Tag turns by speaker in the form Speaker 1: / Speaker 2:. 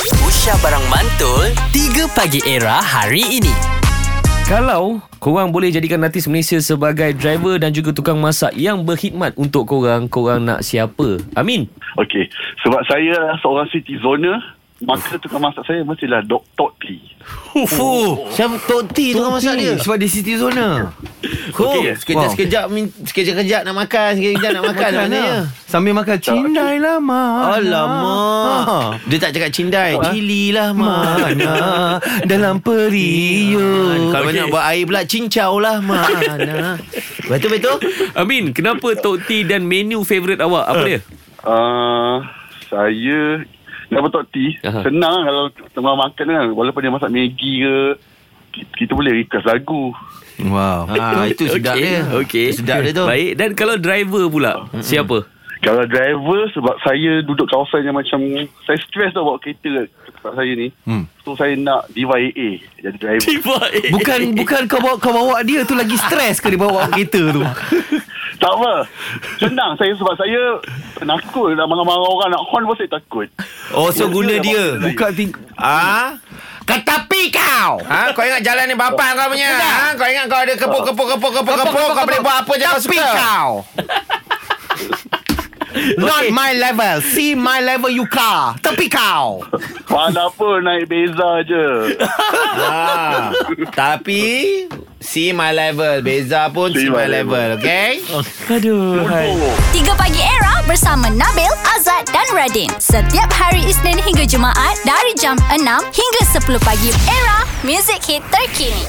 Speaker 1: Syah Barang Mantul 3 Pagi Era hari ini
Speaker 2: Kalau korang boleh jadikan artis Malaysia sebagai driver dan juga tukang masak yang berkhidmat untuk korang, korang nak siapa? Amin.
Speaker 3: Okey, sebab saya adalah seorang city zoner, maka tukang masak saya mestilah Dr. T.
Speaker 4: Syam Tok T tu kan masak dia Sebab dia city
Speaker 5: lah.
Speaker 4: zona Oh
Speaker 3: Okey,
Speaker 4: okay,
Speaker 3: eh?
Speaker 4: Sekejap-sekejap min- Sekejap-sekejap nak makan Sekejap-sekejap nak makan lah. maknanya
Speaker 5: Sambil makan Cindai lah mana
Speaker 4: Alamak Dia tak cakap cindai Cili lah
Speaker 5: Mana
Speaker 4: mana
Speaker 5: Dalam periuk
Speaker 4: Kalau nak buat air pula Cincau lah mana Betul-betul
Speaker 2: Amin, kenapa Tok T dan menu favourite awak?
Speaker 4: Eh,
Speaker 2: Apa dia?
Speaker 3: Uh, saya kenapa Dr. T?
Speaker 2: Aha.
Speaker 3: Senang kalau tengah makan kan, walaupun dia masak Maggi ke, kita, kita boleh request lagu.
Speaker 5: Wow
Speaker 4: ha, Itu sedap
Speaker 2: Okey,
Speaker 4: dia
Speaker 2: Eh, okey.
Speaker 4: Sedap dia tu
Speaker 2: Baik, dan kalau driver pula, siapa?
Speaker 3: Kalau driver sebab saya duduk kawasan yang macam saya stres tau bawa kereta kat saya ni. Hmm. So saya nak DYA jadi driver.
Speaker 5: Bukan bukan kau bawa kau bawa dia tu lagi stres ke dia bawa kereta tu.
Speaker 3: tak apa. Senang saya sebab saya penakut nak marah-marah orang nak horn pun saya takut.
Speaker 4: Oh so guna dia
Speaker 5: Buka ting-
Speaker 4: Ah, Ketapi kau ha? Kau ingat jalan ni bapak kau punya ha? Kau ingat kau ada kepuk-kepuk-kepuk-kepuk Kau boleh buat apa je kau suka kau Not my level See my level you car Tepi kau
Speaker 3: Pada apa naik beza je.
Speaker 4: ha. Tapi See my level Beza pun see, my level, Okay
Speaker 5: Aduh. hai.
Speaker 6: 3 Pagi Era bersama Nabil, Azad dan Radin. Setiap hari Isnin hingga Jumaat dari jam 6 hingga 10 pagi. Era, music hit terkini.